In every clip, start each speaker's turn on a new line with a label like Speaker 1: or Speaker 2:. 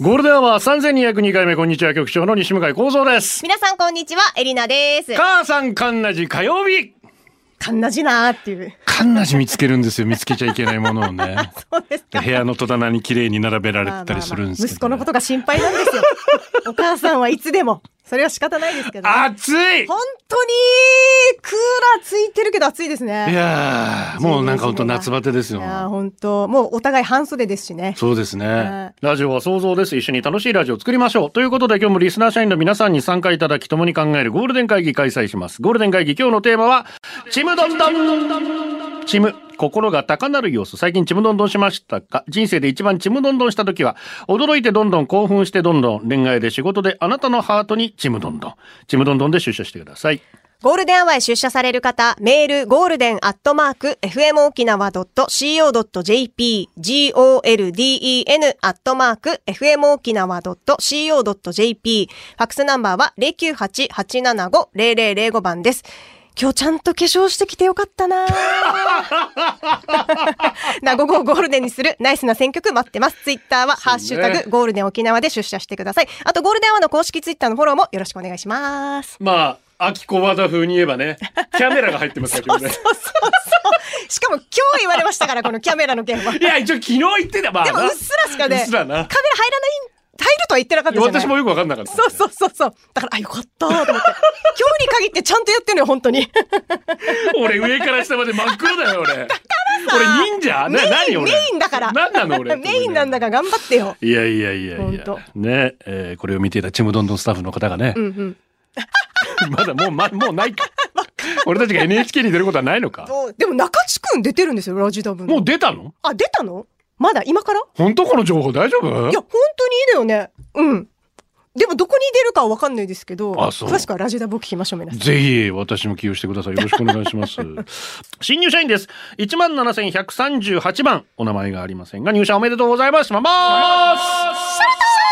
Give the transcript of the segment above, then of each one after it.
Speaker 1: ゴールデンは三千二百二回目こんにちは局長の西向井光三です。
Speaker 2: 皆さんこんにちは、エリナです。
Speaker 1: 母さんカンナジ火曜日。
Speaker 2: かんなじなーっていう。
Speaker 1: カンナジ見つけるんですよ。見つけちゃいけないものを ね。
Speaker 2: そうです
Speaker 1: で
Speaker 2: か。
Speaker 1: 部屋の戸棚に綺麗に並べられてたりするんですけど、
Speaker 2: 息子のことが心配なん ですよ。お母さんはいつでも。それは仕方ないですけど。本
Speaker 1: 暑い。
Speaker 2: 当にクーラーついてるけど暑いですね。
Speaker 1: いやーもうなんか本当夏バテです
Speaker 2: い
Speaker 1: よ。
Speaker 2: やー本当もうお互い半袖ですしね。
Speaker 1: そうですね
Speaker 2: ね。
Speaker 1: ラジオは想像です。一緒に楽しいラジオを作りましょう。ということで今日もリスナー社員の皆さんに参加いただき共に考えるゴールデン会議開催します。ゴールデン会議今日のテーマは、ちむどんどんちむ、心が高鳴る様子。最近ちむどんどんしましたか人生で一番ちむどんどんした時は、驚いてどんどん興奮してどんどん、恋愛で仕事であなたのハートにちむどんどん。ちむどんどんで出社してください。
Speaker 2: ゴールデンアワーへ出社される方、メール、ゴールデンアットマーク、fmokinawa.co.jp、golden アットマーク、fmokinawa.co.jp、ファックスナンバーは098-875-0005番です。今日ちゃんと化粧してきてよかったなな、午後をゴールデンにするナイスな選曲待ってます。ツイッターは、ハッシュタグ、ゴールデン沖縄で出社してください。あと、ゴールデンアワーの公式ツイッターのフォローもよろしくお願いします。
Speaker 1: まあ、秋小和田風に言えばね、キャメラが入ってますから、 ね。
Speaker 2: そうそうそう。しかも今日言われましたから、このキャメラの件は。で
Speaker 1: いや、一応昨日言ってた、まあな。
Speaker 2: もうっすらしかね、
Speaker 1: うっすらな
Speaker 2: カメラ入らない、入るとは言ってなかったじゃない
Speaker 1: 私もよくわかんなかった。
Speaker 2: そうそうそうそう。だから、あ、よかったと思って。今日に限ってちゃんとやってるのよ、本当に。
Speaker 1: 俺上から下まで真っ黒だよ 俺。俺忍者な
Speaker 2: メイン
Speaker 1: 何俺
Speaker 2: メインだから
Speaker 1: 何なの俺。
Speaker 2: メインなんだから頑張ってよ。
Speaker 1: いやいやいやい
Speaker 2: ほん
Speaker 1: や
Speaker 2: と。
Speaker 1: ね、えーこれを見ていたちむどんどんスタッフの方がね。 まだもう、ま、もうない か。俺たちが NHK に出ることはないのか。
Speaker 2: そうでも中地くん出てるんですよ、ラジダブの。
Speaker 1: もう出たの
Speaker 2: あ、出たのまだ今からい
Speaker 1: 本当この情報大丈夫
Speaker 2: や、本当にいいだよね。うん。でもどこに出るかはわかんないですけど、
Speaker 1: あそう
Speaker 2: 詳しくはラジダブを聞きましょう、皆さん。
Speaker 1: ぜひ私も起用してください。よろしくお願いし ます。新入社員です。17,138番。お名前がありませんが、入社おめでとうございます。まます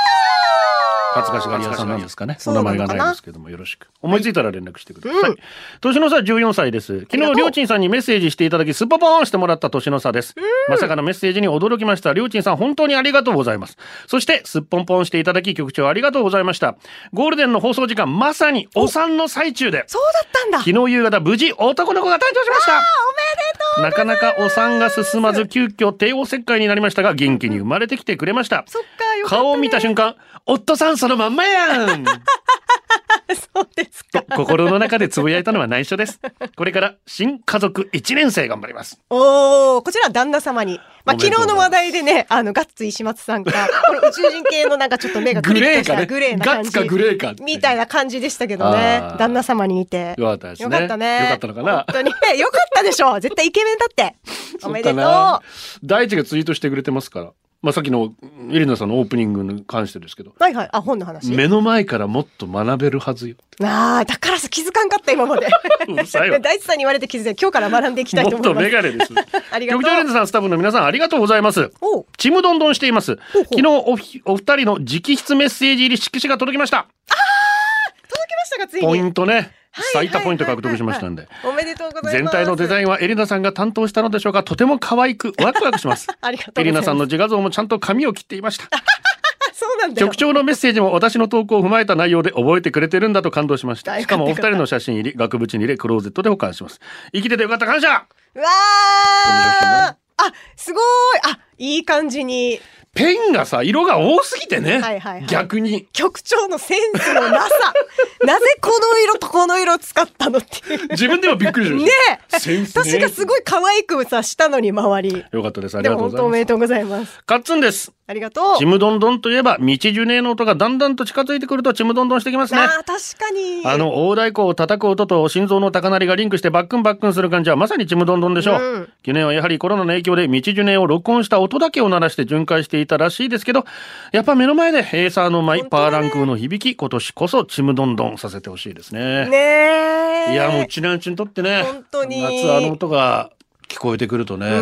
Speaker 1: 恥ずかしがり屋さんなんですかね。お
Speaker 2: そう
Speaker 1: 名
Speaker 2: なの
Speaker 1: 前
Speaker 2: かな
Speaker 1: がないですけども、よろしく。思いついたら連絡してください。年の差14歳です。昨
Speaker 2: りが
Speaker 1: 日、
Speaker 2: とう
Speaker 1: りょうちんさんにメッセージしていただき、スッポポーンしてもらった年の差です。まさかのメッセージに驚きました。りょうちんさん、本当にありがとうございます。そして、すっぽんぽんしていただき、局長ありがとうございました。ゴールデンの放送時間、まさにお産の最中で、
Speaker 2: そうだったんだ。おめで
Speaker 1: 昨日夕方、無事、男の子が誕生しました。
Speaker 2: とう
Speaker 1: なかなかお産が進まず急遽帝王切開になりましたが元気に生まれてきてくれました
Speaker 2: そっか、よかった、ね。
Speaker 1: 顔を見た瞬間「夫さんそのまんまや ん!」
Speaker 2: そうです
Speaker 1: と
Speaker 2: か。
Speaker 1: 心の中でつぶやいたのは内緒ですこれから新家族1年生頑張ります
Speaker 2: おお、こちらは旦那様に。まあ、
Speaker 1: おめで
Speaker 2: 昨
Speaker 1: とうございます
Speaker 2: 日の話題でね、あの、ガッツ石松さんが、この宇宙人系のなんかちょっと目がク
Speaker 1: グ
Speaker 2: リッ
Speaker 1: レ
Speaker 2: と
Speaker 1: ー
Speaker 2: した
Speaker 1: かね
Speaker 2: グレーな
Speaker 1: ガ
Speaker 2: 感じ。
Speaker 1: ッツかグレーか
Speaker 2: みたいな感じでしたけど
Speaker 1: あ
Speaker 2: ね
Speaker 1: ー。
Speaker 2: 旦那様に似て。
Speaker 1: よかったですね
Speaker 2: よかったね。
Speaker 1: よかったのかな
Speaker 2: 本当に。よかったでしょう。絶対イケメンだって。おめでと う。
Speaker 1: そっかな大地がツイートしてくれてますから、まあ、さっきのエリナさんのオープニングに関してですけど
Speaker 2: はいはい。あ、本の話。
Speaker 1: 目の前からもっと学べるはずよ
Speaker 2: ああ、だからさ、気づかんかった、今まで。
Speaker 1: うるさいわ
Speaker 2: 大地さんに言われて気づいて、今日から学んでいきたい
Speaker 1: も
Speaker 2: と
Speaker 1: っ
Speaker 2: 思
Speaker 1: と
Speaker 2: います。
Speaker 1: メガネです
Speaker 2: ありがとう
Speaker 1: 局長エリナさんスタッフの皆さんありがとうございます
Speaker 2: おう
Speaker 1: ちむどんどんしています。
Speaker 2: ほう
Speaker 1: 昨日おひお二人の直筆メッセージ入り色紙が届きました。
Speaker 2: 届きましたか、ついに。
Speaker 1: ポイントね。
Speaker 2: はい
Speaker 1: 最多ポイント獲得しましたんで。。
Speaker 2: おめでとうござい
Speaker 1: 全
Speaker 2: ます。
Speaker 1: 体のデザインはエリナさんが担当したのでしょうかとても可愛くワクワクします。
Speaker 2: ありがとうござ
Speaker 1: エ
Speaker 2: います
Speaker 1: リナさんの自画像もちゃんと紙を切っていました。
Speaker 2: あそう なんだよ
Speaker 1: 局長のメッセージも私の投稿を踏まえた内容で覚えてくれてるんだと感動しました。
Speaker 2: あ
Speaker 1: し
Speaker 2: よ
Speaker 1: か
Speaker 2: かった
Speaker 1: もお二人の写真入り、額縁に入れ、クローゼットで保管します。生きててよかった感謝
Speaker 2: うわーあ、すごいあ、いい感じに。
Speaker 1: ペンがさ、色が多すぎてね。
Speaker 2: はいはいはい
Speaker 1: 逆に。
Speaker 2: 局長のセンスの なさ。なぜこの色とこの色を使ったのっていう。
Speaker 1: 自分でもびっくりする。
Speaker 2: ねえ
Speaker 1: センスね
Speaker 2: 私がすごい可愛くさしたのに周り。
Speaker 1: よかったです。あり
Speaker 2: で
Speaker 1: が
Speaker 2: も
Speaker 1: とうご
Speaker 2: 本
Speaker 1: ざい
Speaker 2: 当お
Speaker 1: ます
Speaker 2: めで。とうございます。
Speaker 1: カッツンです。
Speaker 2: ありがと
Speaker 1: ち
Speaker 2: う。
Speaker 1: むどんどんといえば道ジュネーの音がだんだんと近づいてくるとちむどんどんしてきますね
Speaker 2: ああ、確かに。
Speaker 1: あの大太鼓を叩く音と心臓の高鳴りがリンクしてバックンバックンする感じはまさにちむどんどんでしょう、
Speaker 2: うん
Speaker 1: 去年はやはりコロナの影響で道ジュネを録音した音だけを鳴らして巡回していたらしいですけどやっぱ目の前でエーサーの舞
Speaker 2: 本当
Speaker 1: パ
Speaker 2: だ
Speaker 1: ー
Speaker 2: ね
Speaker 1: ランクーの響き今年こそちむどんどんさせてほしいですね
Speaker 2: ねえ。
Speaker 1: いやもううちのうちにとってね
Speaker 2: 本当に
Speaker 1: 夏あの音が聞こえてくるとね、
Speaker 2: う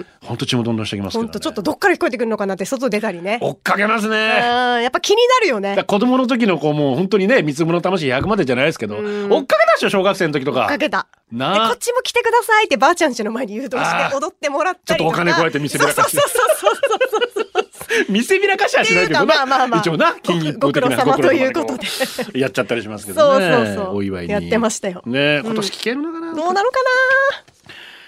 Speaker 2: ん。
Speaker 1: ほんとちむどんどんしてきますけど、
Speaker 2: 本
Speaker 1: ね、
Speaker 2: 当ちょっとどっから聞こえてくるのかなって外出たりね。
Speaker 1: 追っかけます
Speaker 2: うん、
Speaker 1: ね
Speaker 2: やっぱ気になるよね
Speaker 1: だから。子供の時のこうもう本当にね三つ子の魂100までじゃないですけど
Speaker 2: うん
Speaker 1: 追っかけたでしょ小学生の時とか
Speaker 2: かけた。でこ
Speaker 1: なあ
Speaker 2: っちも来てくださいってばあちゃんちの前に誘導
Speaker 1: あ
Speaker 2: して
Speaker 1: ー
Speaker 2: 踊ってもらった
Speaker 1: ちょ
Speaker 2: りとか。
Speaker 1: っとお金こうやって見せびらかして
Speaker 2: そうそうそうそうそうそう。
Speaker 1: 見せびらかしはしないけ
Speaker 2: っ
Speaker 1: ど
Speaker 2: ていうかまあまあまあ
Speaker 1: 一応な金銀一封
Speaker 2: ご苦
Speaker 1: 的な
Speaker 2: 労様という
Speaker 1: ご
Speaker 2: こ
Speaker 1: 苦労様で
Speaker 2: とで。
Speaker 1: こうやっちゃったりしますけどね
Speaker 2: そうそうそう
Speaker 1: お祝いに
Speaker 2: やってましたよ
Speaker 1: ねえ今年危険のかな、
Speaker 2: どうなのかな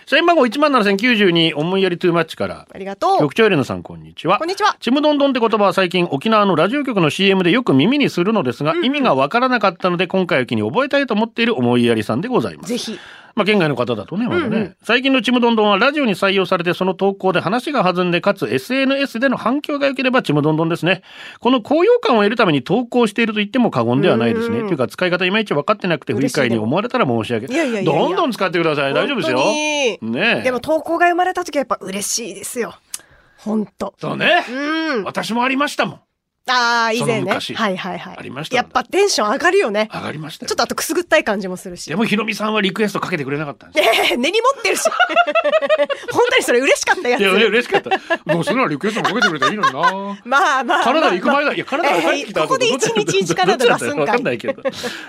Speaker 1: 社員番号17092思いやりトゥーマッチから
Speaker 2: ありがとう。
Speaker 1: 局長エレナさんこんにちは
Speaker 2: こんにちは。
Speaker 1: ちむどんどんって言葉は最近沖縄のラジオ局の CM でよく耳にするのですが、意味がわからなかったので今回を機に覚えたいと思っている思いやりさんでございます
Speaker 2: ぜ。ひ。
Speaker 1: まあ、県外の方だとね、まだね、
Speaker 2: うんうん
Speaker 1: 最近のちむどんどんはラジオに採用されて、その投稿で話が弾んで、かつ SNS での反響が良ければちむどんどんですね。この高揚感を得るために投稿していると言っても過言ではないですね。
Speaker 2: うんうん
Speaker 1: というか、使い方いまいち分かってなくて、不
Speaker 2: 嬉
Speaker 1: 愉
Speaker 2: しいでも
Speaker 1: 快に思われたら申し訳
Speaker 2: いやいやいやいや
Speaker 1: どんどん使ってください。大丈夫ですよ。
Speaker 2: 本当に
Speaker 1: ねえ
Speaker 2: でも投稿が生まれた時はやっぱ嬉しいですよ。本当。
Speaker 1: そうね、
Speaker 2: うん。
Speaker 1: 私もありましたもん。
Speaker 2: ああ、以前
Speaker 1: その
Speaker 2: ね。
Speaker 1: 昔
Speaker 2: はいはいはい。
Speaker 1: ありました
Speaker 2: やっぱテンション上がるよね。
Speaker 1: 上がりましたよ
Speaker 2: ちょっとあとくすぐったい感じもするし
Speaker 1: で。も、ひろみさんはリクエストかけてくれなかったんですよ。
Speaker 2: ええ 根に持ってるし。 本当にそれ嬉しかったや
Speaker 1: いや、うれ嬉
Speaker 2: つ。
Speaker 1: しか った。もうそれはリクエストもかけてくれたらいいのにな。
Speaker 2: まあまあ。
Speaker 1: カナダ行く
Speaker 2: まあま
Speaker 1: 前だ。いや、カナダが帰ってきた
Speaker 2: えーここで一日一カナダ出すんかい
Speaker 1: わかんないけど。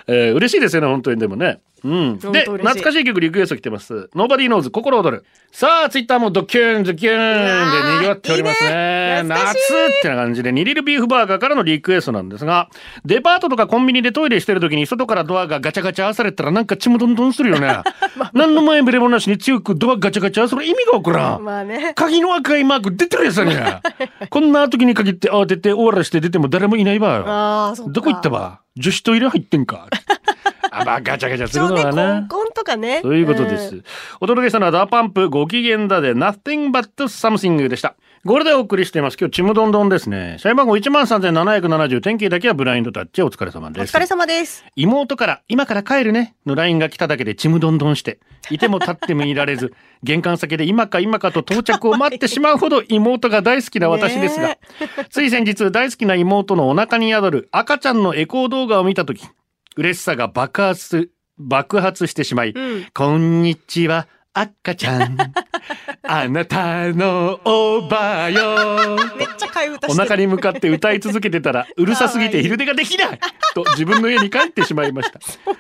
Speaker 1: えー、嬉しいですよね、本当にでもね。うん。で
Speaker 2: 本当嬉しい、
Speaker 1: 懐かしい曲リクエスト来てます。ノーバディーノーズ、心躍る。さあ、ツイッターもドキューン、ドキューンで賑わっておりますね。
Speaker 2: いいね懐か
Speaker 1: 夏
Speaker 2: しい
Speaker 1: ってな感じで、ニリルビーフバーガーからのリクエストなんですが、デパートとかコンビニでトイレしてる時に、外からドアがガチャガチャ合わされたらなんかちむどんどんするよ ね。何の前触れもなしに強くドアガチャガチャ合わせる意味がわから
Speaker 2: あ
Speaker 1: ん。
Speaker 2: まあね。
Speaker 1: 鍵の赤いマーク出てるやつだね。こんな時に限って慌ててオーラして出ても誰もいないわ
Speaker 2: ああ、そっ
Speaker 1: よ。
Speaker 2: か
Speaker 1: どこ行ったば女子トイレ入ってんか。あまあガチャガチャす
Speaker 2: 一
Speaker 1: る
Speaker 2: 応
Speaker 1: の
Speaker 2: ね、コ
Speaker 1: は
Speaker 2: ン
Speaker 1: ね。
Speaker 2: コンとかね。
Speaker 1: ということです。
Speaker 2: ん
Speaker 1: お届けしたのはダーパンプご機嫌だで Nothing but Something でした。ゴールでお送りしています。今日ちむどんどんですね。社員番号13,770天気だけはブラインドタッチお疲れ様
Speaker 2: お
Speaker 1: です
Speaker 2: 疲れ。様です。
Speaker 1: 妹から「今から帰るね」の LINE が来ただけでちむどんどんしていても立ってもいられず玄関先で今か今かと到着を待ってしまうほど妹が大好きな私ですが、
Speaker 2: ね
Speaker 1: つい先日大好きな妹のお腹に宿る赤ちゃんのエコー動画を見た時嬉しさが爆発爆発してしまい「
Speaker 2: うん。
Speaker 1: こんにちは赤ちゃんあなたのおばよ」
Speaker 2: めっちゃ替え歌
Speaker 1: お
Speaker 2: してる
Speaker 1: 腹に向かって歌い続けてた らうるさすぎて昼寝ができないと自分の家に帰ってしまいました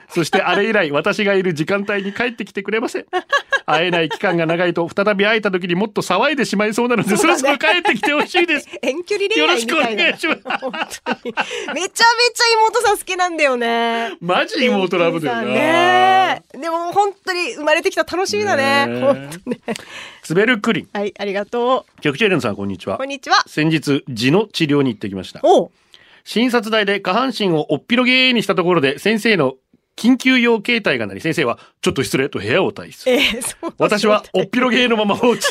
Speaker 1: そしてあれ以来私がいる時間帯に帰ってきてくれません会えない期間が長いと再び会えた時にもっと騒いでしまいそうなのでそろそろ帰ってきてほしい です
Speaker 2: 遠距離恋
Speaker 1: よろ
Speaker 2: 愛
Speaker 1: し
Speaker 2: み
Speaker 1: くお願
Speaker 2: たいな。
Speaker 1: いします
Speaker 2: 本当にめちゃめちゃ妹さん好きなんだよね。
Speaker 1: マジ妹ラブだよな、
Speaker 2: ねえでも本当に生まれてきた楽しみだね。
Speaker 1: ねえ
Speaker 2: 本当ね。
Speaker 1: 滑るクリン
Speaker 2: はい、ありがとう。
Speaker 1: 局長エレンさんこんにちは
Speaker 2: こんにちは。
Speaker 1: 先日痔の治療に行ってきました
Speaker 2: おう
Speaker 1: 診察台で下半身をおっぴろげーにしたところで先生の緊急用携帯が鳴り先生はちょっと失礼と部屋を退出
Speaker 2: えー、そう
Speaker 1: 私 はおっぴろげーのまま放置。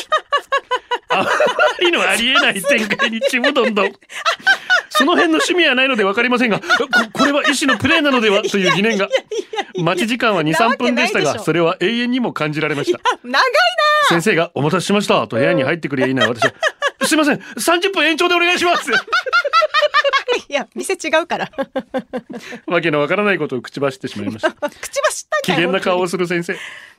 Speaker 1: あまりのありえない展開にちむどんどん。その辺の趣味はないので分かりませんが、ここれは医師のプレーなのではという疑念が。待ち時間は2、3分でした
Speaker 2: なわけないで
Speaker 1: が、
Speaker 2: しょ
Speaker 1: それは永遠にも感じられました。
Speaker 2: 長い
Speaker 1: 先生がお待たせしましたと部屋に入ってくれいない私は、すいません、30分延長でお願いし ます。
Speaker 2: な。いや、店違うから。
Speaker 1: わけのわからないことを口走ってしまいました。
Speaker 2: 口 は知った
Speaker 1: 機
Speaker 2: んかい
Speaker 1: 嫌な顔をする先生。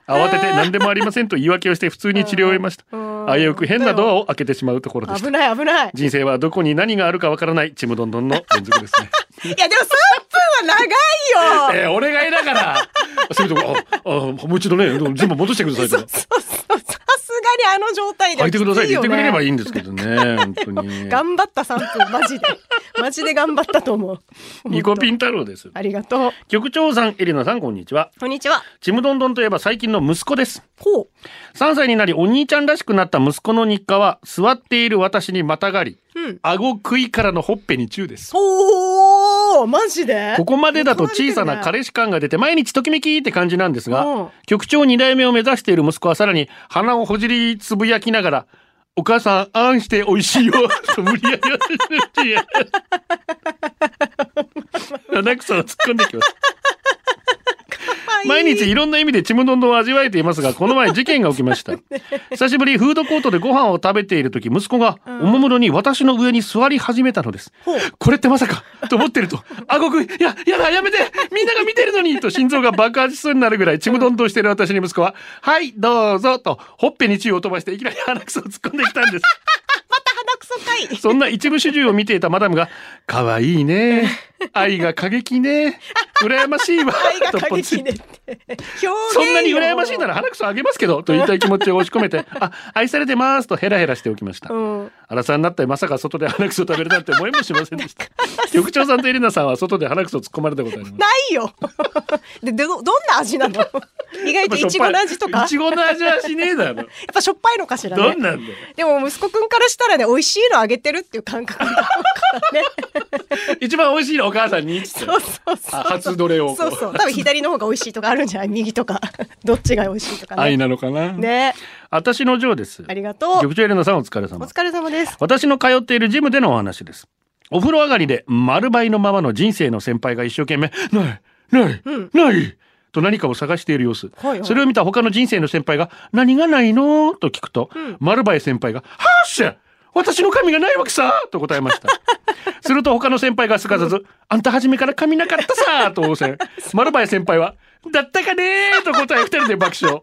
Speaker 1: 慌てて何でもありませんと言い訳をして普通に治療を終えました。
Speaker 2: うん
Speaker 1: 危うく変なドアを開けてしまうところでした
Speaker 2: 危。ない危ない。
Speaker 1: 人生はどこに何があるかわからないちむどんどんの連続ですね。
Speaker 2: いや、でも3分は長いよ。
Speaker 1: えー、お願いだから。それとも、あ、あもう一度ね、全部戻してください
Speaker 2: そう
Speaker 1: と
Speaker 2: そう。そう。さすがにあの状態で
Speaker 1: 履
Speaker 2: はい
Speaker 1: てくださいって言ってくれればい
Speaker 2: いよね。
Speaker 1: いんですけどね、本当 に。
Speaker 2: 頑張った3分、マジ で。マジで頑張ったと思う。
Speaker 1: ニコピン
Speaker 2: ン。
Speaker 1: 太郎です。
Speaker 2: ありがとう。
Speaker 1: 局長さん、エリナさん、こんにちは。
Speaker 2: こんにちは。
Speaker 1: ちむどんどんといえば最近の息子です。
Speaker 2: ほう。
Speaker 1: 3歳になりお兄ちゃんらしくなった息子の日課は、座っている私にまたがり、
Speaker 2: うん。
Speaker 1: 顎食いからのほっぺにチューです。
Speaker 2: おーマジで
Speaker 1: ここまでだと小さな
Speaker 2: レ
Speaker 1: 彼氏感が出て毎日ときめきって感じなんです
Speaker 2: う
Speaker 1: が
Speaker 2: ん、
Speaker 1: 局長2代目を目指している息子はさらに鼻をほじりつぶやきながら、お母さん、あんして美味しいよ。 と無理やり私に。 七草は突っ込んできます。毎日いろんな意味でちむどんどんを味わえていますが、この前事件が起きま した。久しぶりにフードコートでご飯を食べている時、息子がおもむろに私の上に座り始めたのです。これってまさかと思ってると、あごくいや、やだ、やめてみんなが見てるのにと心臓が爆発しそうになるぐらいちむどんどんしている私に息子は、はい、どうぞと、ほっぺに宙を飛ばしていきなり鼻くそを突っ込んできたん です。
Speaker 2: 鼻くそかい。
Speaker 1: そんな一部始終を見ていたマダムが、可愛いね。愛が過激ね。羨ましいわ。
Speaker 2: 愛が
Speaker 1: と
Speaker 2: 過
Speaker 1: ポチ
Speaker 2: 激
Speaker 1: ッ
Speaker 2: ねって。表現よ
Speaker 1: そんなに羨ましいなら。鼻くそあげますけどと言いたい気持ちを押し込め て、あ、愛されてますとヘラヘラしておきました
Speaker 2: う。ん。
Speaker 1: 荒さんになってまさか外で鼻くそ食べるなんて思いもしませんでした。局長さんとエリナさんは外で鼻くそ突っ込まれたことあります。
Speaker 2: ないよ。 で、でど、どんな味なの意外といちごの味とか。や
Speaker 1: いちごの味はしねえ だろ。
Speaker 2: っぱしょっぱいのかしらね。
Speaker 1: どんなんだよ。
Speaker 2: でも息子くんからしたらね、美味しいのあげてるっていう感覚だからね。
Speaker 1: 一番美味しいのお母さんにっつって。
Speaker 2: そうそうそう。
Speaker 1: あ初どれをこう
Speaker 2: そうそう。多分左の方が美味しいとかあるんじゃない右とか。 どっちが美味しいとかね。
Speaker 1: 愛なのかな。
Speaker 2: ね
Speaker 1: 私のジョーです
Speaker 2: あ。りがとう。
Speaker 1: 局長エリナさんお疲れ
Speaker 2: お
Speaker 1: 様。
Speaker 2: 疲れ様です。
Speaker 1: 私の通っているジムでのお話です。お風呂上がりで丸バイのままの人生の先輩が一生懸命、ない、ない、
Speaker 2: うん
Speaker 1: ない、と何かを探している様子。
Speaker 2: はいはい
Speaker 1: それを見た他の人生の先輩が、何がないのと聞くと、
Speaker 2: ん
Speaker 1: 丸バイ先輩が、はっしゃ私の髪がないわけさと答えま した。すると他の先輩がすかさず、あんた初めから髪なかったさと応 戦。丸林先輩は、だったかねーと答え二人で爆笑。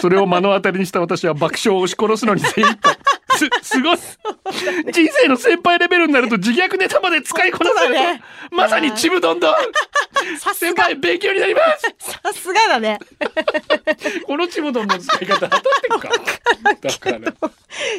Speaker 1: それを目の当たりにした私は爆笑を押し殺すのに精一杯。す、すごい。人生の先輩レベルになると自虐ネタまで使いこなされ
Speaker 2: 本当だ
Speaker 1: る
Speaker 2: ね。
Speaker 1: まさにちむどんどん。
Speaker 2: さす
Speaker 1: 先
Speaker 2: が、
Speaker 1: 輩勉強になります。
Speaker 2: さすがだね。
Speaker 1: このちむどんどんの使い方当たってるか。だから。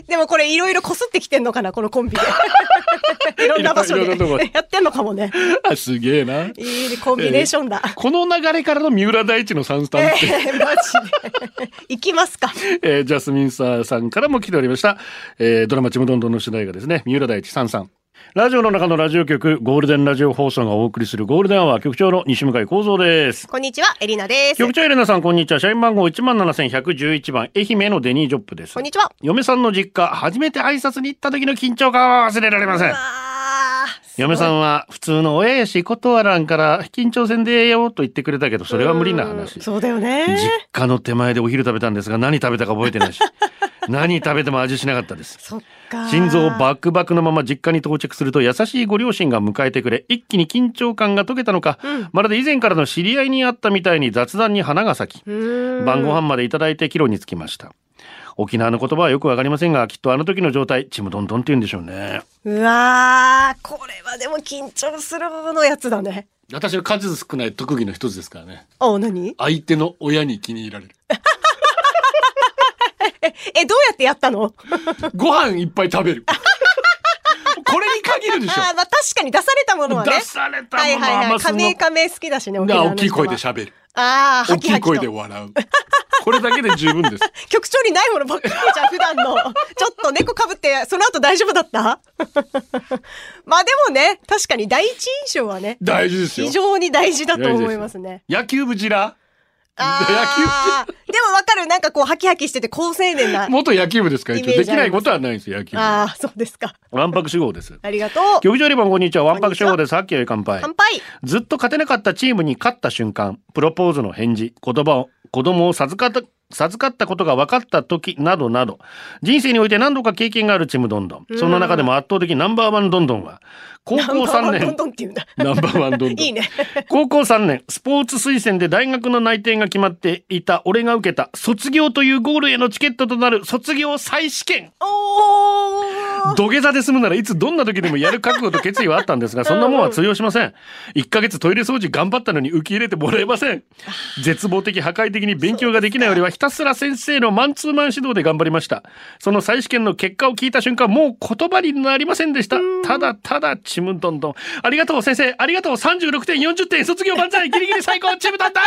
Speaker 2: でもこれいろいろこすってきてんのかな、このコンビ で。いろんな場所
Speaker 1: いろいろなとこ
Speaker 2: で。やってんのかもね。
Speaker 1: あ、すげえな。
Speaker 2: いいコンビネーションだ。
Speaker 1: この流れからの三浦大知の三スタンって。
Speaker 2: えーマジで。行きますか。
Speaker 1: えージャスミンサーさんからも来ておりました、えードラマ「ちむどんどん」の主題歌ですね三浦大知さんさんラジオの中のラジオ局ゴールデンラジオ放送がお送りするゴールデンアワー局長の西向井幸三です
Speaker 2: こんにちは、エリナです。
Speaker 1: 局長エレナさんこんにちは社員番号17111番愛媛のデニージョップです
Speaker 2: こんにちは。
Speaker 1: 嫁さんの実家初めて挨拶に行った時の緊張感は忘れられません
Speaker 2: あー
Speaker 1: 嫁さんは普通の親やし断らんから緊張せんでええよと言ってくれたけどそれは無理な話
Speaker 2: そうだよね。
Speaker 1: 実家の手前でお昼食べたんですが何食べたか覚えて ないし何食べても味しなかったです
Speaker 2: そっか。
Speaker 1: 心臓バクバクのまま実家に到着すると優しいご両親が迎えてくれ一気に緊張感が解けたのか、まるで以前からの知り合いにあったみたいに雑談に花が咲き晩ご飯までいただいて帰路に着きました沖縄の言葉はよくわかりませんがきっとあの時の状態ちむどんどんって言うんでしょうね
Speaker 2: うわー、これはでも緊張する方のやつだね。
Speaker 3: 私の数少ない特技の一つですからね。
Speaker 2: お、何
Speaker 3: 相手の親に気に入られる。
Speaker 2: え、どうやってやったの
Speaker 3: ご飯いっぱい食べる。これに限るでし
Speaker 2: あーまあ確かに出されたものはね。
Speaker 3: 出されたもの
Speaker 2: はいはいは
Speaker 3: ま
Speaker 2: い。
Speaker 3: あ
Speaker 2: カ
Speaker 3: その
Speaker 2: メカメ好きだしね、
Speaker 3: ょ。
Speaker 2: 沖
Speaker 3: な
Speaker 2: 縄
Speaker 3: 大
Speaker 2: の
Speaker 3: きい
Speaker 2: 人は
Speaker 3: 声で喋る。
Speaker 2: ああ、
Speaker 3: 大きい声で
Speaker 2: は
Speaker 3: 笑う。これだけで十分です。
Speaker 2: きはきと局長にないものばっかりじゃん、普 段の。ちょっと猫かぶって、その後大丈夫だった まあでもね、確かに第一印象はね、
Speaker 3: 大事ですよ
Speaker 2: 非。常に大事だと思いますね。
Speaker 3: 野球部じら
Speaker 2: ああ、でもわかる、なんかこう、ハキハキしてて、高青年な。
Speaker 3: 元野球部ですから一応
Speaker 2: イメー
Speaker 3: で
Speaker 2: ジ
Speaker 3: きないことはないんですよ、野球部。
Speaker 2: ああ、そうですか。
Speaker 1: わんぱく主語です
Speaker 2: ありがとう。
Speaker 1: 局長リボンこんにちはわんぱく主語ですさっきより乾杯
Speaker 2: 乾杯。
Speaker 1: ずっと勝てなかったチームに勝った瞬間、プロポーズの返事、言葉を、子供を授かった、授かったことが分かった時などなど、人生において何度か経験があるチームどんどん。その中でも圧倒的ナンバーワンどんどんは、高校3
Speaker 2: どん
Speaker 1: 年、
Speaker 2: どんっていうんだ。
Speaker 3: ナンバーワンどんどん。
Speaker 2: いいね。
Speaker 1: 高校3年、スポーツ推薦で大学の内定が決まっていた俺が受けた卒業というゴールへのチケットとなる卒業再試験。
Speaker 2: おー
Speaker 1: 土下座で済むならいつどんな時でもやる覚悟と決意はあったんですが、そんなもんは通用しません。1ヶ月トイレ掃除頑張ったのに受け入れてもらえません。絶望的破壊的に勉強ができないよりはひたすら先生のマンツーマン指導で頑張りました。その再試験の結果を聞いた瞬間、もう言葉になりませんでした。ただただちむどんどん。ありがとう先生、ありがとう36点40点卒業万歳ギリギリ最高ちむどんど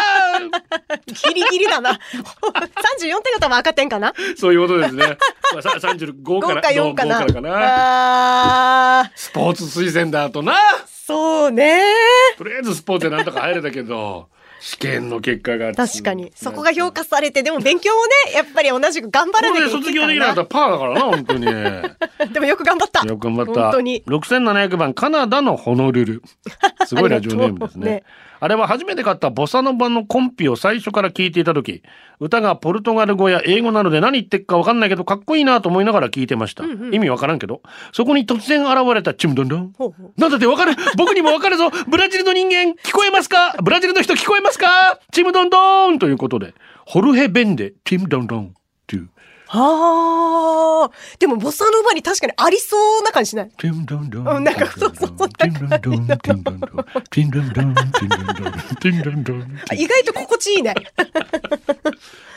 Speaker 2: ギリギリだな。34点が多分赤点かな。
Speaker 1: んそういうことですね。まあ、さ35
Speaker 2: 5
Speaker 1: から
Speaker 2: か4か
Speaker 1: ど
Speaker 2: な
Speaker 1: う。どうからかな
Speaker 2: あー
Speaker 3: スポーツ推薦だとな。
Speaker 2: そうね。
Speaker 1: とりあえずスポーツでなんとか入れたけど、試験の結果が
Speaker 2: 確かに。そこが評価されて、でも勉強もね、やっぱり同じく頑張らな
Speaker 1: これで
Speaker 2: きゃいけない
Speaker 1: 卒業できなかったらパーだからな本当に よ
Speaker 2: らな。でもよく頑張った。
Speaker 1: く頑張った
Speaker 2: 本当に。
Speaker 1: 6700番カナダのホノル ルすごいラジオネームですね
Speaker 2: ありがとうね
Speaker 1: あれは初めて買ったボサノバのコンピを最初から聞いていた時歌がポルトガル語や英語なので何言ってっか分かんないけどかっこいいなと思いながら聞いてました、意味分からんけどそこに突然現れたチムドンドン
Speaker 2: ほうほう
Speaker 1: なんだって分かる僕にも分かるぞブラジルの人間聞こえますかブラジルの人聞こえますかチムドンドンということでホルヘ・ベンデチムドンドンという
Speaker 2: はあ。でも、ボサノバに確かにありそうな感じしない。
Speaker 1: ティンドンド
Speaker 2: う
Speaker 1: ン。
Speaker 2: んなんかそうそうそう
Speaker 1: ティンドンドン、ティンドンドン、ティンドンドン、ティンドンドン、ティンドンドン。
Speaker 2: あ意外と心地いいね。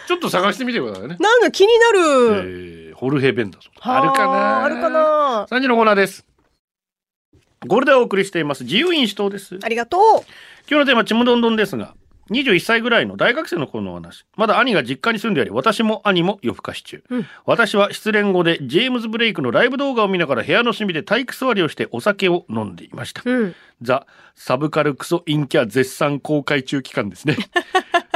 Speaker 1: ちょっと探してみてくださいね。
Speaker 2: なんか気にな
Speaker 1: え
Speaker 2: る。
Speaker 1: ーホルヘベンだそうです。
Speaker 2: は
Speaker 1: あるかな
Speaker 2: あるかな
Speaker 1: 三時のコーナーです。ゴールデンをお送りしています。自由民主党です。
Speaker 2: ありがと
Speaker 1: 今日のテーマ、ちむどんどんですが、21歳ぐらいの大学生の頃のお話。まだ兄が実家に住んでおり、私も兄も夜更かし中。
Speaker 2: うん
Speaker 1: 私は失恋後でジェームズ・ブレイクのライブ動画を見ながら部屋の隅で体育座りをしてお酒を飲んでいました。
Speaker 2: う。うん。
Speaker 1: ザ・サブカルクソ陰キャ絶賛公開中期間です ね。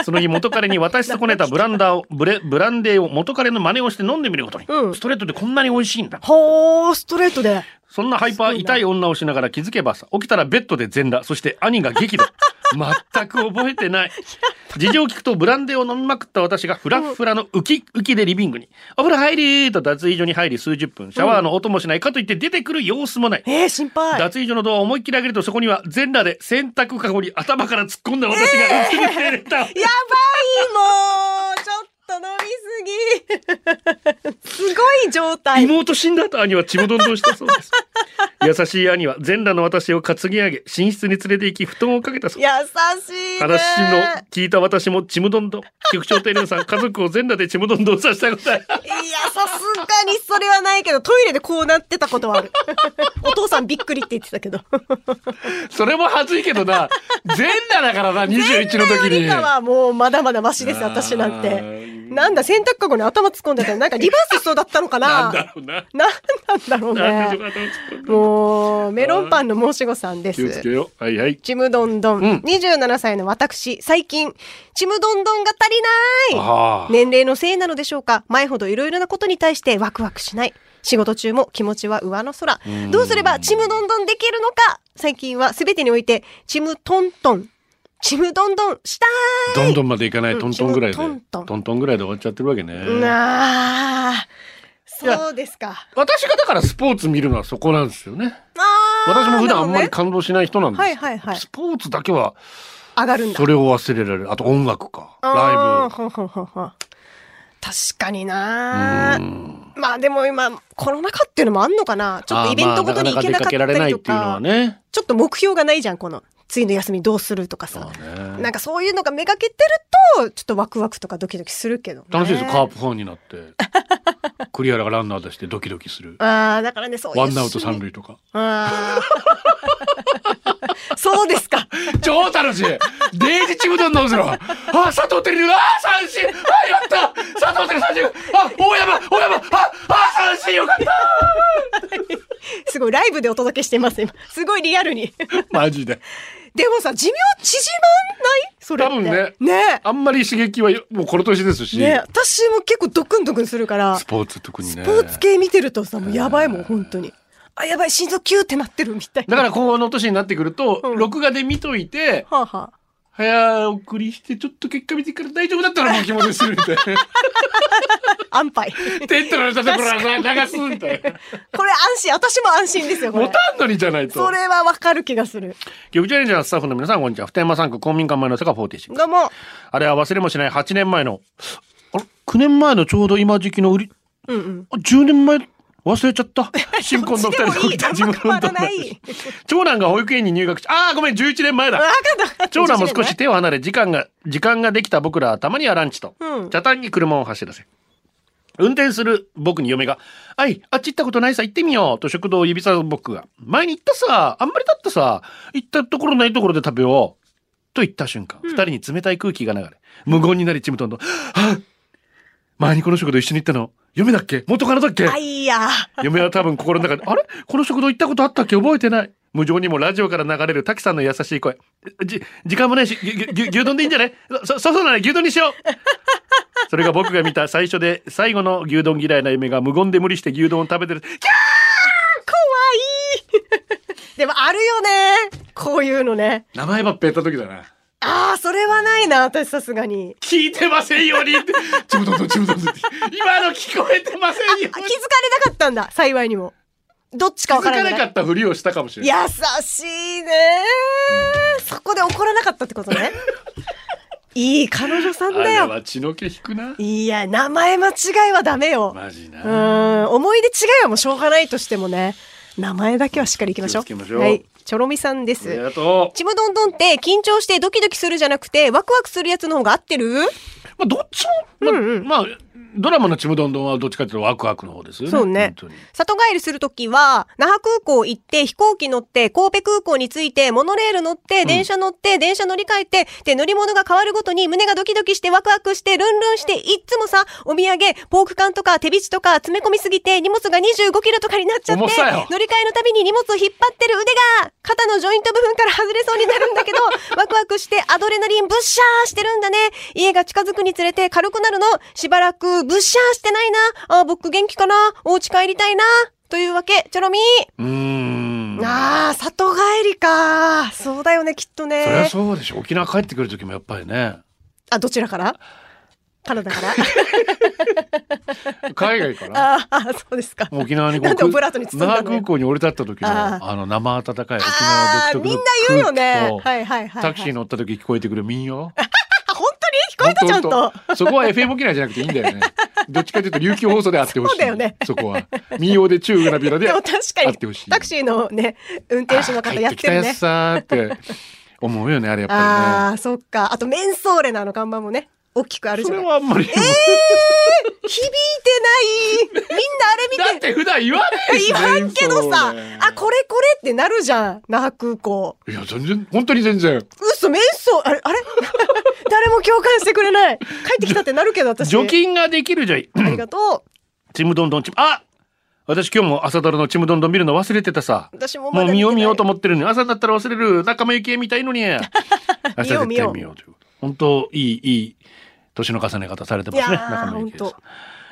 Speaker 1: その日元彼に渡し損ねたブランダーをブレブランデーを元彼の真似をして飲んでみることに、
Speaker 2: うん
Speaker 1: ストレートでこんなに美味しいんだ
Speaker 2: はあ、ストレートで。
Speaker 1: そんなハイパー痛い女をしながら気づけばさ起きたらベッドで全裸そして兄が激 怒全く覚えてない事情を聞くとブランデーを飲みまくった私がフラッフラのウキウキでリビングに「お風呂入り!」と脱衣所に入り数十分シャワーの音もしないかといって出てくる様子もない、
Speaker 2: えー、心配。
Speaker 1: 脱衣所のドアを思いっきり上げるとそこには全裸で洗濯かごに頭から突っ込んだ私が映っていた、
Speaker 2: やばい、もう。ちょっと飲みすぎ。すごい状態。
Speaker 1: 妹死んだと兄はちむどんどんしたそうです 優しい兄は全裸の私を担ぎ上げ寝室に連れて行き布団をかけたそう
Speaker 2: 優
Speaker 1: です
Speaker 2: しい、ね。
Speaker 1: 話の聞いた私もちむどんどん局長定年さん家族を全裸でちむどんどんさせたことない
Speaker 2: いや、さすがにそれはないけど、トイレでこうなってたこ とはある。お父さんびっくりって言ってたけど。
Speaker 3: それも恥ずいけどな。全裸だからな、21の時
Speaker 2: よ
Speaker 3: に
Speaker 2: り。かはもうまだまだマシです、私なん
Speaker 3: あ
Speaker 2: て。
Speaker 3: ー
Speaker 2: なんだ、洗濯かごに頭突っ込んでたら、なんかリバースしそうだったのか
Speaker 1: な
Speaker 2: なん
Speaker 1: だろうな
Speaker 2: なんなんだろう
Speaker 1: なんでしょ
Speaker 2: ね。
Speaker 1: うかどうぞ
Speaker 2: もう、メロンパンの申し子さんで
Speaker 1: 気をつ
Speaker 2: す
Speaker 1: け。ようはいはい
Speaker 2: ちむどんどん、
Speaker 1: うん
Speaker 2: 27歳の私、最近、ちむどんどんが足りない
Speaker 1: あ
Speaker 2: 年齢のせいなのでしょうか前ほどいろいろなことに対してワクワクしない仕事中も気持ちは上の空どうすればちむどんどんできるのか最近は全てにおいてちむとんとんちむどんどんした
Speaker 1: ーどんどんまでいかないトントンぐらいで
Speaker 2: うんちむどんどん
Speaker 1: トントンぐらいで終わっちゃってるわけね
Speaker 2: いなあそうですか
Speaker 1: 私がだからスポーツ見るのはそこなんですよね。
Speaker 2: あー
Speaker 1: 私も普
Speaker 2: なる
Speaker 1: 段あ
Speaker 2: ほど
Speaker 1: ん
Speaker 2: ね
Speaker 1: まり感動しない人なんです。
Speaker 2: はいはいはい
Speaker 1: スポーツだけは
Speaker 2: 上がるんだ
Speaker 1: それを忘れられる。あと音楽か。
Speaker 2: あ
Speaker 1: ラ
Speaker 2: ーほんほんほんほん確かになまあでも今コロナ禍っていうのもあんのかなちょっとイベントごとに行け
Speaker 1: あーまあなかなか
Speaker 2: なかった
Speaker 1: 出かけられ
Speaker 2: り
Speaker 1: ない
Speaker 2: と
Speaker 1: っていうの
Speaker 2: か
Speaker 1: はね。
Speaker 2: ちょっと目標がないじゃん、この。次の休みどうするとかさ。なんかそういうのがめがけてると、ちょっとワクワクとかドキドキするけど、ね。
Speaker 1: 楽しいですよ。カープファンになって。 クリアラがランナー出してドキドキする。
Speaker 2: ああ、だからね、そういう。
Speaker 1: ワンアウト三。塁とか。
Speaker 2: ああ。そうですか。
Speaker 3: 超楽しいデイジちむどんどんするわあ、佐藤輝龍あ、三振あ、やった佐藤輝三振あ、大山大山あ、あ、三振よかった
Speaker 2: すごい、ライブでお届けしてます、今。すごいリアルに。
Speaker 1: マジで。
Speaker 2: でもさ、寿命縮まんないそれって。
Speaker 1: 多分ね
Speaker 2: ね
Speaker 1: あんまり刺激はよもうこの年です
Speaker 2: え。
Speaker 1: し。
Speaker 2: ねえ私も結構ドクンドクンするから、
Speaker 1: スポーツ特に
Speaker 2: ス
Speaker 1: ね。
Speaker 2: ポーツ系見てるとさ、もうやばいもん、本当に。あ、やばい、心臓キューってなってるみた い
Speaker 1: だ
Speaker 2: な。
Speaker 1: からこの年になってくると、
Speaker 2: うん
Speaker 1: 録画で見といて、
Speaker 2: はあ、はあ。
Speaker 1: 早送りして、ちょっと結果見てから大丈夫だったらもう気持ちするみたいな。
Speaker 2: 安牌。
Speaker 1: テントの立てこら流すみた いな。
Speaker 2: これ安心、私も安心ですよ、こ
Speaker 1: 持
Speaker 2: れ。
Speaker 1: たんのにじゃない
Speaker 2: そ
Speaker 1: と。
Speaker 2: れはわかる気がする。
Speaker 1: 局長エンジャースタッフの皆さん、こんにちは。普天間産区公民館前の坂46。
Speaker 2: どうも。
Speaker 1: あれは忘れもしない8年前の、あれ ?9 年前のちょうど今時期の売り、
Speaker 2: うんうん。
Speaker 1: あ10年前、忘れちゃ った。新
Speaker 2: こ
Speaker 1: 婚
Speaker 2: っ
Speaker 1: の
Speaker 2: ちで
Speaker 1: 2
Speaker 2: も
Speaker 1: 人
Speaker 2: いい。あんま変わらない。
Speaker 1: 長男が保育園に入学し、ああ、ごめん、11年前だ。長男も少し手を離れ時間が時間ができた僕らはたまにはランチと、
Speaker 2: うん
Speaker 1: 茶炭に車を走らせ運転する僕に嫁が「あいあっち行ったことないさ行ってみよう」と食堂を指さす僕が「前に行ったさあんまりだったさ行ったところないところで食べよう」と言った瞬間、二人に冷たい空気が流れ無言になりちむとんと「はっ前にこの食堂一緒に行ったの嫁だっけ元カノだっけ?」
Speaker 2: あいや。
Speaker 1: 嫁は多分心の中で、あれこの食堂行ったことあったっけ覚えてない。無情にもラジオから流れる滝さんの優しい声。じ、時間もないし、ぎゅぎゅぎゅ牛丼でいいんじゃないそ、そそうそうだね、牛丼にしようそれが僕が見た最初で最後の牛丼嫌いな夢が無言で無理して牛丼を食べてる。
Speaker 2: でもあるよねこういうのね
Speaker 3: 名前ばっぺった時だな。
Speaker 2: ああそれはないな私さすがに
Speaker 3: 聞いてませんようにって。ちむどんどんちむどんどんって。今の聞こえてませんよ
Speaker 2: あ気づかれなかったんだ幸いにもどっちか
Speaker 3: 気 づ
Speaker 2: わから
Speaker 3: か
Speaker 2: な
Speaker 3: ないかったふりをしたかもしれ
Speaker 2: 優
Speaker 3: ない。
Speaker 2: しいねそこで怒らなかったってことね いい彼女さん
Speaker 3: あ
Speaker 2: だ
Speaker 3: れ
Speaker 2: よ
Speaker 3: は血の気引くな。
Speaker 2: いや名前間違いはダメよ
Speaker 3: マジな。
Speaker 2: うーん思い出違いはもうしょうがないとしてもね名前だけはしっかりいきましょう
Speaker 3: 気をつけましょう
Speaker 2: はいチョロミさん
Speaker 3: あ
Speaker 2: で
Speaker 3: り
Speaker 2: す
Speaker 3: がとう。
Speaker 2: ちむどんどんって緊張してドキドキするじゃなくてワクワクするやつの方が合ってる
Speaker 1: まあ、どっちも、まあ、まあドラマのちむどんどんはどっちかというとワクワクの方ですよね。
Speaker 2: そうね
Speaker 1: 本当に。
Speaker 2: 里帰りするときは、那覇空港行って、飛行機乗って、神戸空港に着いて、モノレール乗って、電車乗って、電車乗り換えて、で、乗り物が変わるごとに胸がドキドキして、ワクワクして、ルンルンして、いっつもさ、お土産、ポーク缶とか手びちとか詰め込みすぎて、荷物が25キロとかになっちゃって、乗
Speaker 3: 重
Speaker 2: り
Speaker 3: さよ
Speaker 2: 換えのたびに荷物を引っ張ってる腕が、肩のジョイント部分から外れそうになるん だけど、ワクワクして、アドレナリンブッシャーしてるんだね。家が近づくにつれて軽くなるの。しばらくブッシャーしてないな。あー、僕元気かな。お家帰りたいな。というわけ、チョロミー。
Speaker 1: うーん。
Speaker 2: ああ、里帰りか。そうだよね、きっと
Speaker 1: そりゃ
Speaker 2: ね。
Speaker 1: そうでしょ。沖縄帰ってくる時もやっぱりね。
Speaker 2: あ、どちらからカナ ダから。
Speaker 1: 海外から。
Speaker 2: あーあー、そうですか。
Speaker 1: 沖縄にこ
Speaker 2: なんでオブラートに
Speaker 1: う
Speaker 2: 包ん
Speaker 1: 那
Speaker 2: だ
Speaker 1: 覇
Speaker 2: のよ
Speaker 1: 空港に降り立った時の
Speaker 2: あ
Speaker 1: あ
Speaker 2: ー
Speaker 1: の生温かい沖縄
Speaker 2: ああー、
Speaker 1: 独特
Speaker 2: みん
Speaker 1: の
Speaker 2: な言うよね。
Speaker 1: 空気と
Speaker 2: はいはいはい。
Speaker 1: タクシー
Speaker 2: の。
Speaker 1: 乗った時聞こえてくる民謡
Speaker 2: あ、本当に聞こえたちゃん
Speaker 3: ほ
Speaker 2: と
Speaker 3: ん。とそこは FM 沖縄じゃなくていいんだ よね。どっちかというと琉球放送であってほしい。
Speaker 2: そうだよね
Speaker 3: そこは民謡で中グラビラで
Speaker 2: で
Speaker 3: あっ
Speaker 2: も確かに
Speaker 3: てほしい。
Speaker 2: タクシーのね運転手の方やっ
Speaker 3: 帰
Speaker 2: てるね
Speaker 3: きたやつさーって思うよねあれやっぱ
Speaker 2: ああーそっかあとメンソーレのあの看板もね大きくあ
Speaker 3: り
Speaker 2: る
Speaker 3: ね。
Speaker 2: じ
Speaker 3: そ
Speaker 2: ゃ
Speaker 3: れは
Speaker 2: ない
Speaker 3: あんまり。
Speaker 2: 響いてないみんなあれ見
Speaker 3: だってて普段言わないし
Speaker 2: 言わんけどさ、
Speaker 3: 演奏ね
Speaker 2: あこれこれってなるじゃん那覇空港
Speaker 3: いや全然本当に全然。
Speaker 2: 嘘メンソーあれあれ誰も共感してくれない帰ってきたってなるけど私
Speaker 1: 除菌ができるじゃい。
Speaker 2: ありがとう
Speaker 1: ちむどんどんちむあ私今日も朝ドラのちむどんどん見るの忘れてたさ。
Speaker 2: 私もま
Speaker 1: もう
Speaker 2: だ見
Speaker 1: 見
Speaker 2: て
Speaker 1: よ
Speaker 2: ないう
Speaker 1: 見ようと思ってるのに朝だったら忘れる仲間由紀恵みたいの に明日絶対見
Speaker 2: 見よ
Speaker 1: よ
Speaker 2: う
Speaker 1: うということ本当いいいい年の重ね方されてます
Speaker 2: い
Speaker 1: ね
Speaker 2: やー
Speaker 1: 仲間由紀恵
Speaker 2: ほん
Speaker 1: さ
Speaker 2: と
Speaker 1: ん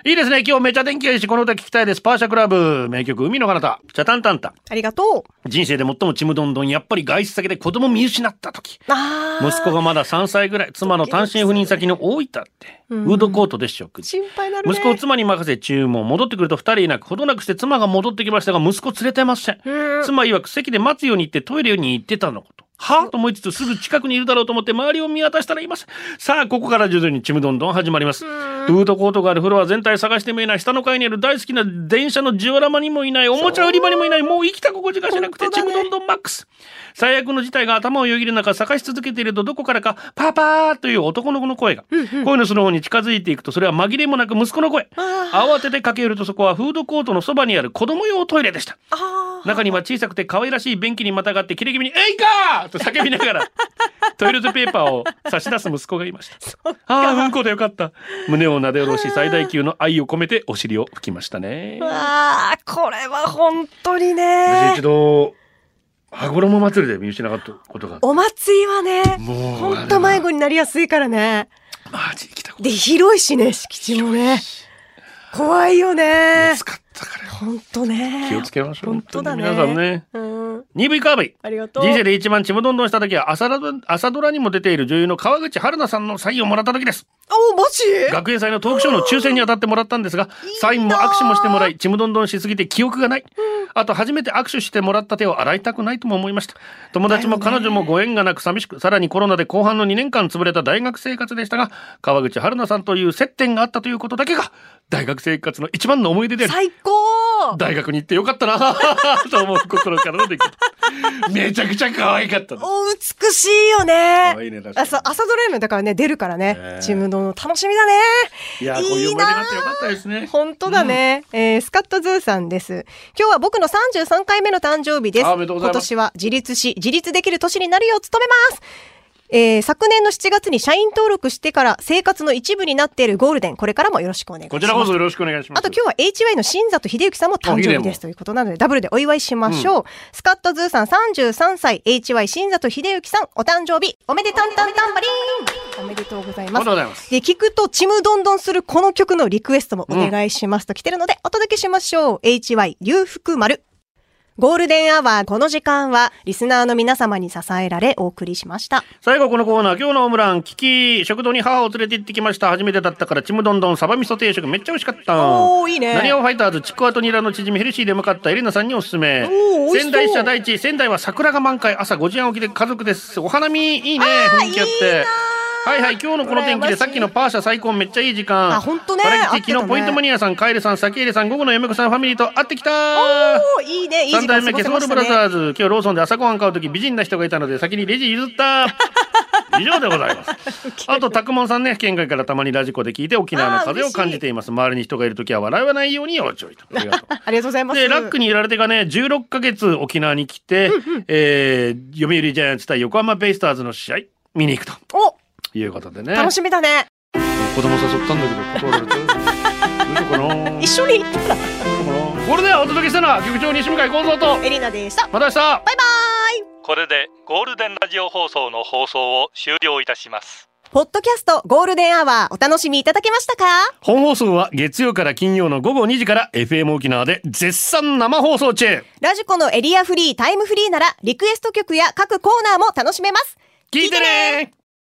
Speaker 1: いいですね今日めちゃ天気がいいしこの歌聞きたいですパーシャクラブ名曲海の彼方チャタンタンタン
Speaker 2: ありがとう
Speaker 1: 人生で最もちむどんどんやっぱり外出先で子供見失った時
Speaker 2: あー
Speaker 1: 息子がまだ3歳ぐらい妻の単身赴任先の大分って
Speaker 2: うん
Speaker 1: フードコートで食事
Speaker 2: 心配なるね
Speaker 1: 息子を妻に任せ注文戻ってくると2人いなくほどなくして妻が戻ってきましたが息子連れてません
Speaker 2: うん
Speaker 1: 妻曰く席で待つように言ってトイレに行ってたのことはと思いつつすぐ近くにいるだろうと思って周りを見渡したらいますさあここから徐々にちむどんどん始まりますフードコートがあるフロア全体探してもいない下の階にある大好きな電車のジオラマにもいないおもちゃ売り場にもいないもう生きた心地がしなくて
Speaker 2: 本当
Speaker 1: ち
Speaker 2: だね
Speaker 1: むどんどんマックス最悪の事態が頭をよぎる中探し続けているとどこからかパパーという男の子の声が声のその方に近づいていくとそれは紛れもなく息子の声慌てて駆け寄るとそこはフードコートのそばにある子供用トイレでした
Speaker 2: あ
Speaker 1: 中には小さくて可愛らしい便器にまたがってキレ気味に「えいかー!」と叫びながらトイレットペーパーを差し出す息子がいましたああうんこでよかった胸をなで下ろし最大級の愛を込めてお尻を拭きましたね
Speaker 2: ーあーこれは本当に
Speaker 1: 私一
Speaker 2: ね
Speaker 1: 度羽衣祭りで見失ったことがあって
Speaker 2: お祭りはね
Speaker 1: もう
Speaker 2: ほんと迷子になりやすいからね。
Speaker 1: マジで来たこと
Speaker 2: で、広いしね、敷地もね。怖いよね
Speaker 1: 見つ。かったから
Speaker 2: ほんとね。
Speaker 1: 気をつけましょう
Speaker 2: 本当だね。
Speaker 1: 本当に皆さんね
Speaker 2: うん。
Speaker 1: 鈍いカーブイ
Speaker 2: ありがとう。
Speaker 1: 人生で一番ちむどんどんした時は朝ドラ朝ドラにも出ている女優の川口春奈さんのサインをもらった時です
Speaker 2: お、マジ
Speaker 1: 学園祭のトークショーの抽選に当たってもらったんですが、サインも握手もしてもらい、ちむどんどんしすぎて記憶がない。あと、初めて握手してもらった手を洗いたくないとも思いました。友達も彼女もご縁がなく寂しく、さらにコロナで後半の2年間潰れた大学生活でしたが、川口春奈さんという接点があったということだけが、大学生活の一番の思い出であり、
Speaker 2: 最高
Speaker 1: 大学に行ってよかったな と思う心からの出来事。めちゃくちゃ可愛かったです。
Speaker 2: お、美しいよね
Speaker 1: 可愛いね確。かに
Speaker 2: あ、そう、朝ドライブだからね、出るからね。チームの楽しみだね。
Speaker 1: いやー、こういう思い出があってよかったですね。
Speaker 2: 本当だね、えースカットズーさんです。今日は僕の33回目の誕生日です。
Speaker 1: あおめでとうござい
Speaker 2: 今
Speaker 1: ます
Speaker 2: 年は自立し、自立できる年になるよう努めます。えー昨年の7月に社員登録してから生活の一部になっているゴールデン、これからもよろしくお願いします。
Speaker 4: こちらこそよろしくお願いします。
Speaker 2: あと今日は HY の新里秀幸さんも誕生日ですということなので、ダブルでお祝いしましょう。スカットズーさん33歳、HY 新里秀幸さん、お誕生日、おめでたんたんたんばりーんおめでとうござい
Speaker 4: あり
Speaker 2: ま
Speaker 4: が
Speaker 2: す
Speaker 4: とうご。ざいます。
Speaker 2: で、聞くと、ちむどんどんするこの曲のリクエストもお願いしますと来てるので、お届けしましょう。HY 流福丸。ゴールデンアワー、この時間は、リスナーの皆様に支えられ、お送りしました。
Speaker 4: 最後このコーナー、今日のオムラン、キキ、食堂に母を連れて行ってきました。初めてだったから、ちむどんどん、サバ味噌定食、めっちゃ美味しかった。
Speaker 2: おーいいね
Speaker 4: なにわファイターズ、ちくわとニラのチヂミ、ヘルシーで向かったエリナさんにおすすめ
Speaker 2: おー美味し。そう
Speaker 4: 仙台支社第一、仙台は桜が満開、朝5時半起きで家族です。お花見、いいね、雰囲気あって。はいはい、今日のこの天気で、さっきのパーシャ最高、めっちゃいい時間。
Speaker 2: あほんとね
Speaker 4: 原
Speaker 2: 合って
Speaker 4: 吉、
Speaker 2: たね
Speaker 4: 昨日、ポイントマニアさん、カエルさん、サケイレさん、午後の嫁子さんファミリーと会ってきた
Speaker 2: おー、いいね、いい
Speaker 4: 三
Speaker 2: 時
Speaker 4: 代
Speaker 2: 間過
Speaker 4: 目
Speaker 2: ご
Speaker 4: ケ
Speaker 2: せ
Speaker 4: スモー
Speaker 2: ま
Speaker 4: ル
Speaker 2: し
Speaker 4: ブ
Speaker 2: た
Speaker 4: ラ
Speaker 2: ね。
Speaker 4: ザーズ、今日ローソンで朝ごはん買うとき美人な人がいたので先にレジ譲 った。以上でございます。あと、たくもんさんね、県外からたまにラジコで聞いて沖縄の風を感じています。周りに人がいるときは笑わないように要注意と。ありがとう。
Speaker 2: ありがとうございます。
Speaker 4: で、ラックにいられてがね、16ヶ月沖縄に来て、えー読売ジャイアンツ対横浜ベイスターズの試合、見に行くと
Speaker 2: お、
Speaker 4: いうことでね。
Speaker 2: 楽しみだね。
Speaker 4: 子供誘ったんだけど、断られて。どうしようかな。どう
Speaker 2: 一
Speaker 4: し
Speaker 2: 緒に、ほら、
Speaker 4: ようかなこれではお届けしたのは、局長西向井幸三と、
Speaker 2: エリナでした。
Speaker 4: また明日
Speaker 2: バイバーイ
Speaker 5: これでゴールデンラジオ放送の放送を終了いたします
Speaker 2: ポッドキャストゴールデンアワーお楽しみいただけましたか
Speaker 4: 本放送は月曜から金曜の午後2時から FM 沖縄で絶賛生放送中
Speaker 2: ラジコのエリアフリー、タイムフリーならリクエスト曲や各コーナーも楽しめます。
Speaker 4: 聞いてね